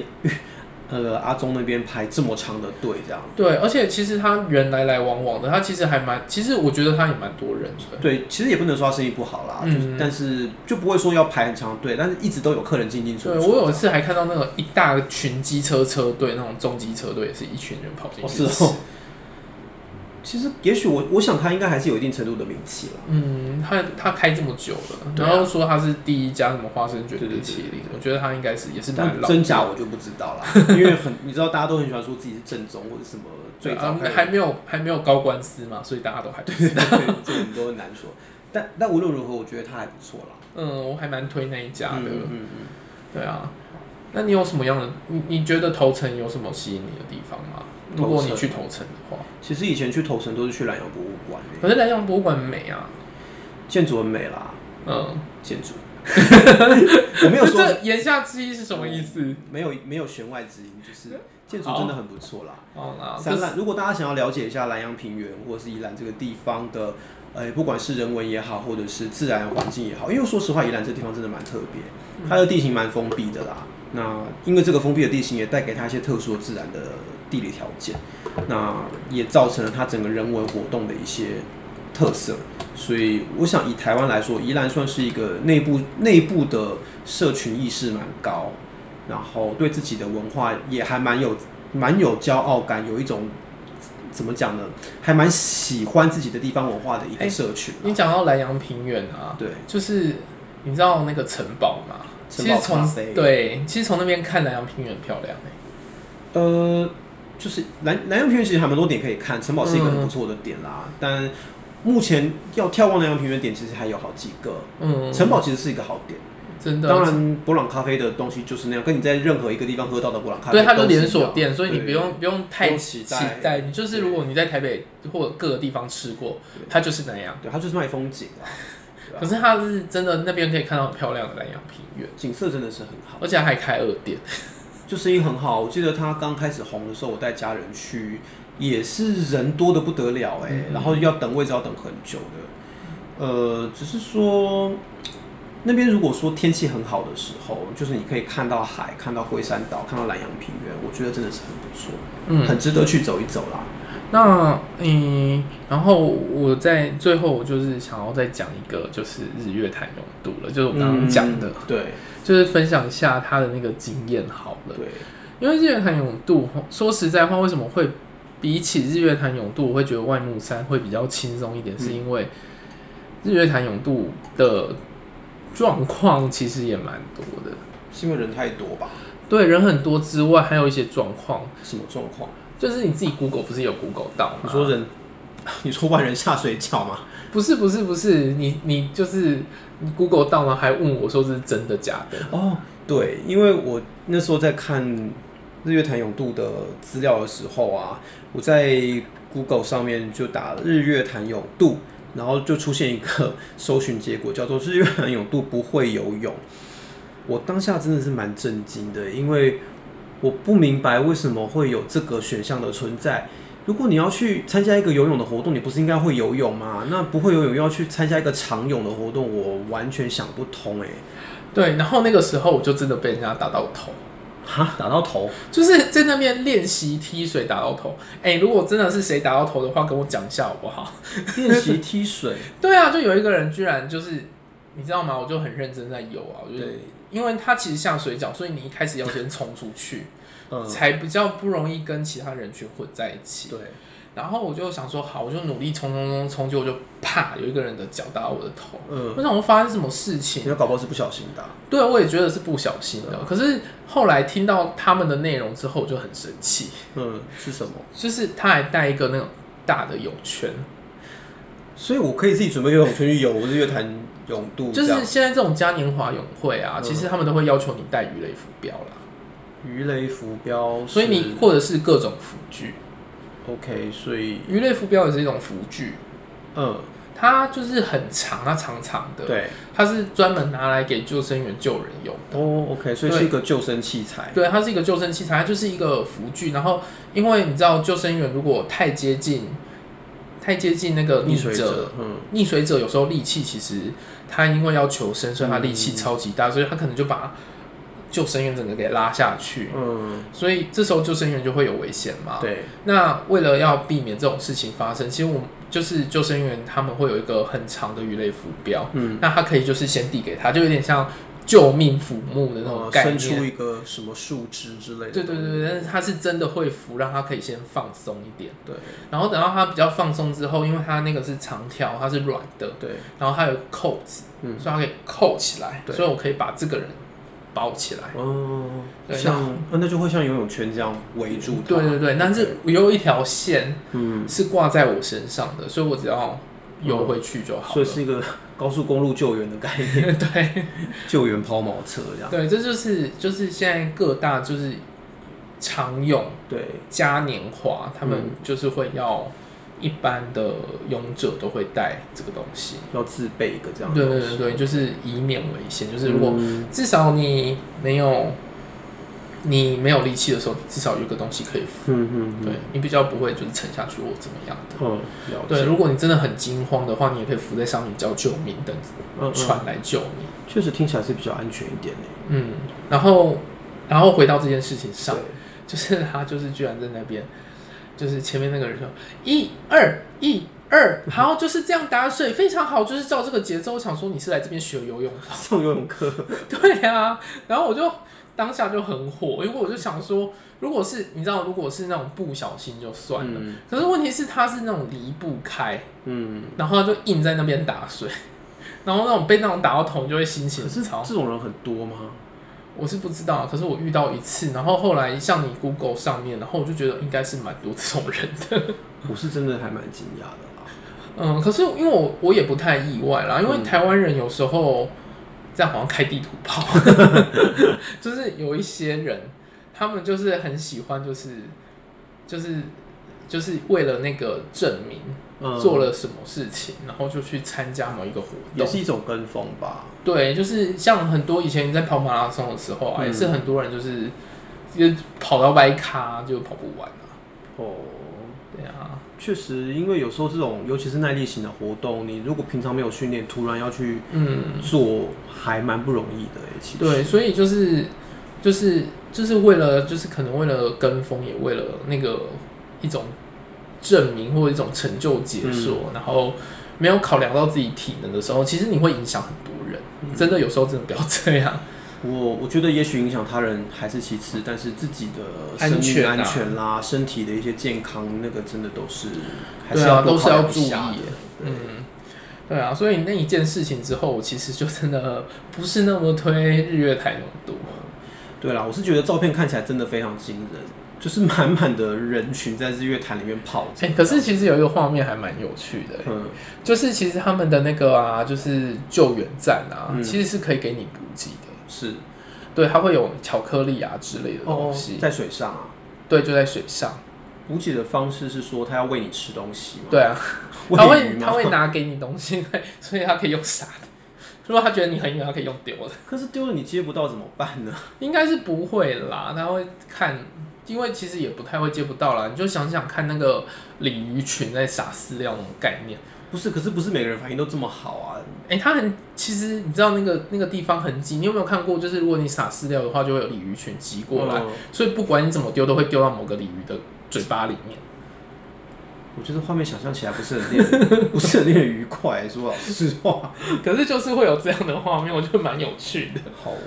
呃阿中那边排这么长的队这样。对，而且其实他人来来往往的，他其实还蛮，其实我觉得他也蛮多人的。对，其实也不能说他生意不好啦，嗯就是但是就不会说要排很长的队，但是一直都有客人进进出对，出。我有一次还看到那个一大群机车车队，那种重机车队也是一群人跑进去。哦是哦。其实也许我我想他应该还是有一定程度的名气啦。嗯，他他开这么久了，对啊然后说他是第一家什么花生卷对对对啊冰淇淋，我觉得他应该是也是蛮但老真假我就不知 道啦，因为很你知道大家都很喜欢说自己是正宗或者什么最早啊开始还没有还没有高官司嘛，所以大家都还不 知道。对，这个都很难说。但但无论如何，我觉得他还不错啦。嗯，我还蛮推那一家的。嗯嗯嗯。对啊，那你有什么样的？你你觉得头城有什么吸引你的地方吗？如果你去头城的话，其实以前去头城都是去南洋博物馆、欸，可是南洋博物馆美啊，建筑很美啦，嗯，建筑。 我没有说 这言下之意是什么意思？没有没有弦外之音，就是建筑真的很不错啦。好啦，这三是兰，如果大家想要了解一下南洋平原或者是宜兰这个地方的，呃，不管是人文也好，或者是自然环境也好，因为说实话，宜兰这地方真的蛮特别，嗯它的地形蛮封闭的啦。那因为这个封闭的地形也带给它一些特殊的自然的地理条件，那也造成了它整个人文活动的一些特色。所以我想以台湾来说，宜兰算是一个内部内部的社群意识蛮高，然后对自己的文化也还蛮有蛮有骄傲感，有一种怎么讲呢，还蛮喜欢自己的地方文化的一个哎社群啊、你讲到南洋平原啊，对，就是你知道那个城堡吗？城其堡实咖从啡对，其实从那边看南洋平原很漂亮欸呃，就是南南洋平原其实还蛮多点可以看，城堡是一个很不错的点啦，但目前要眺望南洋平原点其实还有好几个，嗯，城堡其实是一个好点。真的，啊当然，博朗咖啡的东西就是那样，跟你在任何一个地方喝到的博朗咖啡，对，它是连锁店，所以你对不用不用不太用期待你就是如果你在台北或者各个地方吃过，它就是南洋。对，它就是卖风景啊，对啊可是它是真的那边可以看到很漂亮的南洋平原，景色真的是很好，而且它还开二店。就生意很好。我记得它刚开始红的时候，我带家人去，也是人多的不得了嗯哎、然后要等位置要等很久的。呃，只是说那边如果说天气很好的时候，就是你可以看到海，看到龟山岛，看到南洋平原，我觉得真的是很不错，嗯，很值得去走一走啦。那嗯，然后我在最后我就是想要再讲一个，就是日月潭永渡了，就是我刚刚讲的，嗯，对就是分享一下他的那个经验好了。对，因为日月潭永渡，说实在话，为什么会比起日月潭永渡，我会觉得万木山会比较轻松一点，嗯是因为日月潭永渡的状况其实也蛮多的，是因为人太多吧？对人很多之外，还有一些状况，什么状况？啊就是你自己 Google 不是有 Google 到吗？你说人， 你说万人下水饺吗？不是不是不是，你你就是你 Google 到了，还问我说这是真的假的？哦，对，因为我那时候在看日月潭永渡的资料的时候啊，我在 Google 上面就打了日月潭永渡，然后就出现一个搜寻结果叫做日月潭永渡不会游泳。我当下真的是蛮震惊的，因为我不明白为什么会有这个选项的存在。如果你要去参加一个游泳的活动，你不是应该会游泳吗？那不会游泳又要去参加一个长泳的活动，我完全想不通哎、对，然后那个时候我就真的被人家打到头。 哈，打到头，就是在那边练习踢水打到头。哎、如果真的是谁打到头的话，跟我讲一下好不好？练习踢水，对啊，就有一个人居然就是，你知道吗？我就很认真在游啊，我就对，因为它其实像水饺，所以你一开始要先冲出去，嗯，才比较不容易跟其他人群混在一起。对，然后我就想说，好，我就努力冲冲冲冲，结果就啪，有一个人的脚打到我的头。嗯，我想我发生什么事情你？要搞不好是不小心的啊、对，我也觉得是不小心嗯的。可是后来听到他们的内容之后，我就很生气。嗯，是什么？就是他还带一个那种大的泳圈，所以我可以自己准备游泳圈去游，我是乐坛泳渡，就这样是现在这种嘉年华泳会啊，嗯其实他们都会要求你带鱼雷浮标啦，鱼雷浮标哦是，所以你或者是各种浮具， OK，所以鱼雷浮标也是一种浮具，嗯，它就是很长，它长长的，对，它是专门拿来给救生员救人用的。哦，OK，所以对是一个救生器材，对，它是一个救生器材，它就是一个浮具。然后，因为你知道，救生员如果太接近、太接近那个溺溺水者，者，嗯，溺水者有嗯时候力气其实他因为要求生，所以他力气超级大，所以他可能就把救生员整个给拉下去，嗯，所以这时候救生员就会有危险嘛。对，那为了要避免这种事情发生，其实我们就是救生员他们会有一个很长的鱼类浮标，嗯，那他可以就是先递给他，就有点像救命浮木的那种呃概伸念。出一个什么树枝之类的，对对对对，但是他是真的会浮，让他可以先放松一点。对然后等到他比较放松之后，因为他那个是长条，它是软的，对，然后它有个扣子，嗯所以它可以扣起来，对所以我可以把这个人包起来。哦，对像啊那就会像游泳圈这样围住它，对对对，但是有一条线嗯，是挂在我身上的，所以我只要游回去就好所以了。是一个高速公路救援的概 念， 对救援抛锚车这样，对，这就是就是现在各大就是常用对，嘉年华，他们嗯就是会要一般的勇者都会带这个东西。要自备一个这样的对东对西，对对，就是以免为险，就是如果嗯至少你没有你没有力气的时候，你至少有一个东西可以扶，嗯嗯，对你比较不会就是沉下去或怎么样的。嗯，了对，解，如果你真的很惊慌的话，你也可以扶在上面叫救命，等嗯嗯，船来救你。确实听起来是比较安全一点欸的，嗯，然后然后回到这件事情上对，就是 他就是居然在那边，就是前面那个人说一二一二，好就是这样打水非常好，就是照这个节奏。我想说你是来这边学游泳的 上游泳课，对啊，然后我就当下就很火，因为我就想说，如果是你知道，如果是那种不小心就算了，嗯可是问题是他是那种离不开，嗯。然后他就硬在那边打水， 然后那种被那种打到头你就会心情可是超。这种人很多吗？我是不知道，可是我遇到一次，然后后来像你 Google 上面，然后我就觉得应该是蛮多这种人的， 我是真的还蛮惊讶的啊啦。嗯，可是因为我我也不太意外啦，因为嗯台湾人有时候这样好像开地图炮， 就是有一些人，他们就是很喜欢，就是就是就是为了那个证明、嗯做了什么事情，然后就去参加某一个活也动。是一种跟风吧。对，就是像很多以前在跑马拉松的时候啊，嗯也是很多人就是就跑到歪咖就跑不完啊，哦，对啊，确实，因为有时候这种，尤其是耐力型的活动，你如果平常没有训练，突然要去嗯。做，还蛮不容易的欸其实，对，所以就是就是就是为了就是可能为了跟风，也为了那个一种证明或一种成就解说，然后没有考量到自己体能的时候，其实你会影响很多人。真的有时候真的不要这样。我我觉得也许影响他人还是其次，但是自己的生安命全啊安全啦、身体的一些健康，那个真的都是还对是啊要多都是考量要一注下意的耶嗯，对啊，所以那一件事情之后，我其实就真的不是那么推日月潭那么多。对啦，我是觉得照片看起来真的非常惊人，就是满满的人群在日月潭里面跑着。哎、可是其实有一个画面还蛮有趣的、嗯，就是其实他们的那个啊，就是救援站啊，嗯其实是可以给你补给的。是对，它会有巧克力啊之类的东哦西。，在水上啊。对，就在水上。补给的方式是说他要喂你吃东西吗？对啊，他喂鱼会吗他会拿给你东西， 对，所以他可以用撒的。如果他觉得你很远，他可以用丢的。可是丢了你接不到怎么办呢？应该是不会啦，他会看，因为其实也不太会接不到啦。你就想想看那个鲤鱼群在撒饲料那种概念。不是，可是不是每个人反应都这么好啊。哎、它很，其实你知道那个那个地方很挤，你有没有看过？就是如果你撒饲料的话，就会有鲤鱼群挤过来，嗯所以不管你怎么丢，都会丢到某个鲤鱼的嘴巴里面。我觉得画面想象起来不是很令不是很令人 愉快，说老实话。可是就是会有这样的画面，我觉得蛮有趣的。好哦，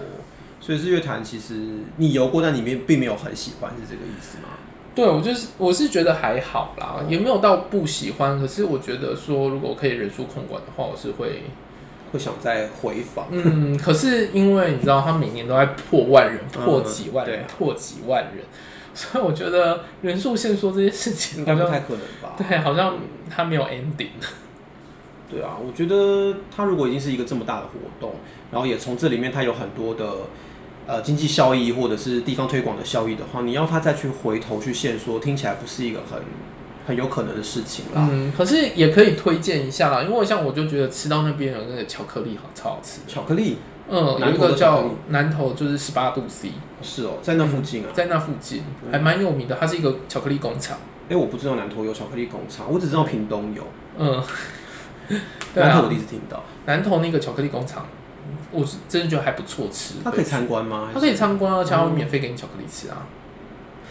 所以日月潭其实你游过，但你并并没有很喜欢，是这个意思吗？对，我就是我是觉得还好啦，也没有到不喜欢。可是我觉得说，如果可以忍住控管的话，我是会。会想再回访。嗯，可是因为你知道，他每年都在破万人、嗯破几万人、对破几万人，所以我觉得人数限缩这件事情应好该不像太可能吧？对，好像他没有 ending。对啊，我觉得它如果已经是一个这么大的活动，然后也从这里面它有很多的呃经济效益或者是地方推广的效益的话，你要它再去回头去限缩，听起来不是一个很很有可能的事情啦。嗯，可是也可以推荐一下啦，因为像我就觉得吃到那边有那个巧克力好超好吃。巧克力嗯，有南一投个的巧克叫力南头，就是十八度 C。是哦，在那附近啊。在那附近还蛮有名的，它是一个巧克力工厂。哎、我不知道南投有巧克力工厂，我只知道屏东有，嗯，对 南投我啊，第一次听到。南投那个巧克力工厂我是真的觉得还不错吃。它可以参观吗？它可以参观啊，而且它会免费给你巧克力吃啊。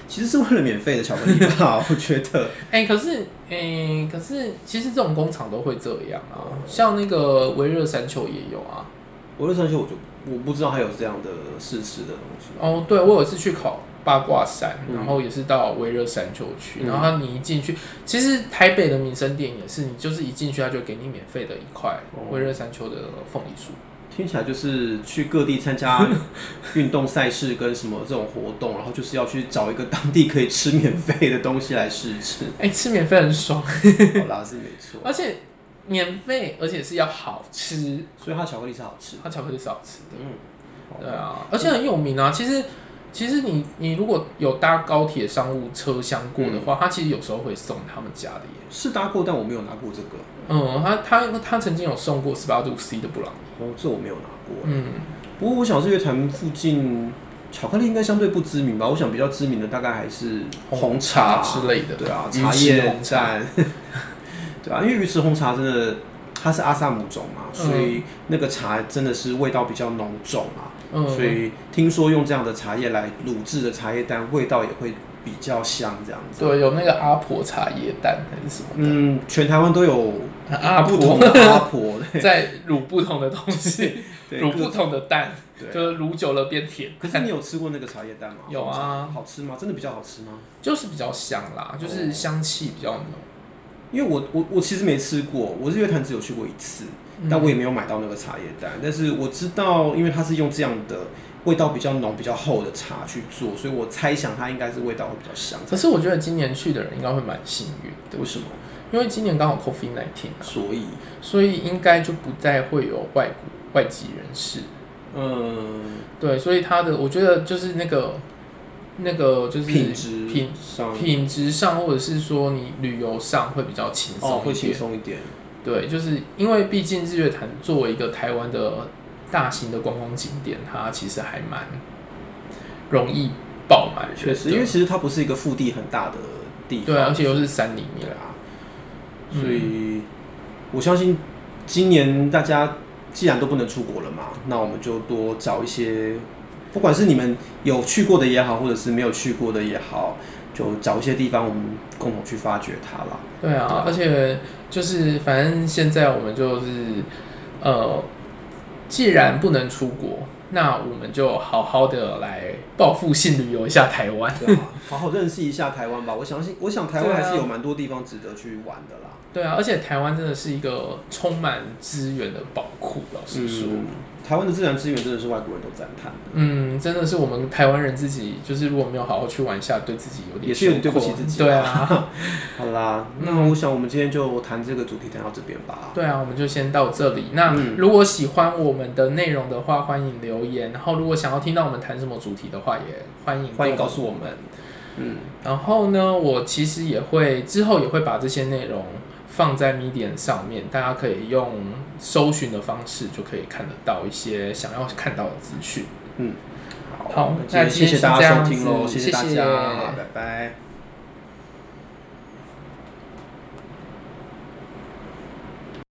其实是为了免费的巧克力吧， 我觉得。哎、可是哎、可是其实这种工厂都会这样啊，哦像那个微热山丘也有啊。我乐山丘我就我不知道还有这样的试吃的东西。哦，对，我有一次去考八卦山，嗯然后也是到微热山丘去，嗯然后你一进去，其实台北的民生店也是，你就是一进去，他就给你免费的一块哦微热山丘的凤梨酥。听起来就是去各地参 加运动赛事跟什么这种活动，然后就是要去找一个当地可以吃免费的东西来试吃。哎、吃免费很爽，好啦，是没错。而且免费，而且是要好吃，所以它巧克力是好吃的。它巧克力是好吃的。嗯， 对啊，而且很有名啊。其实，其实你你如果有搭高铁商务车厢过嗯的话，他其实有时候会送他们家的耶。是搭过，但我没有拿过这个。嗯，他他他曾经有送过十八度 C 的布朗尼。哦，这我没有拿过。嗯，不过我想是乐坛附近巧克力应该相对不知名吧？我想比较知名的大概还是红茶之类的对啊，鱼茶池叶红茶站， 对啊，因为鱼池红茶真的它是阿萨姆种嗯嘛，所以那个茶真的是味道比较浓重啊，嗯，所以听说用这样的茶叶来卤制的茶叶蛋，味道也会比较香这样子。对，有那个阿婆茶叶蛋还是什么的，嗯，全台湾都有阿不婆同的阿婆， 在卤不同的东西， 对卤不同的蛋，对。就是卤久了变甜，可是你有吃过那个茶叶蛋吗？有啊红茶好吃吗？真的比较好吃吗？就是比较香啦，就是香气比较浓。因为我我我其实没吃过，我日月潭只有去过一次，嗯但我也没有买到那个茶叶蛋。但是我知道，因为它是用这样的味道比较浓、比较厚的茶去做，所以我猜想它应该是味道会比较香。可是我觉得今年去的人应该会蛮幸运的为，什么？因为今年刚好 COVID nineteen 啊，所以，所以应该就不再会有外国外籍人士。嗯，对，所以他的我觉得就是那个那个就是品质品上品质上，或者是说你旅游上会比较轻哦松会一轻点。松一点。对，就是因为毕竟日月潭作为一个台湾的大型的观光景点，它其实还蛮容易爆满人的，确实，因为其实它不是一个腹地很大的地方，对啊，而且又是山里对面，啊，所嗯以我相信今年大家既然都不能出国了嘛，那我们就多找一些，不管是你们有去过的也好，或者是没有去过的也好，就找一些地方我们共同去发掘它啦。对啊，而且就是反正现在我们就是呃，既然不能出国，那我们就好好的来报复性旅游一下台湾。对啊，好好认识一下台湾吧。我相信，我想台湾还对啊是有蛮多地方值得去玩的啦。对啊，而且台湾真的是一个充满资源的宝库，老实说。嗯，台湾的自然资源真的是外国人都赞叹，嗯，真的是我们台湾人自己，就是如果没有好好去玩一下，对自己有点也是有点羞对不愧起自己对啊，好啦，嗯那我想我们今天就谈这个主题谈到这边吧。对啊，我们就先到这里。那嗯如果喜欢我们的内容的话，欢迎留言。然后如果想要听到我们谈什么主题的话，也欢迎欢迎跟告我诉我们，嗯，然后呢，我其实也会之后也会把这些内容放在 Medium 上面，大家可以用搜寻的方式就可以看得到一些想要看到的资讯。嗯，好那今天那今天谢谢是大这家样收听喽，子谢大谢谢家，拜拜。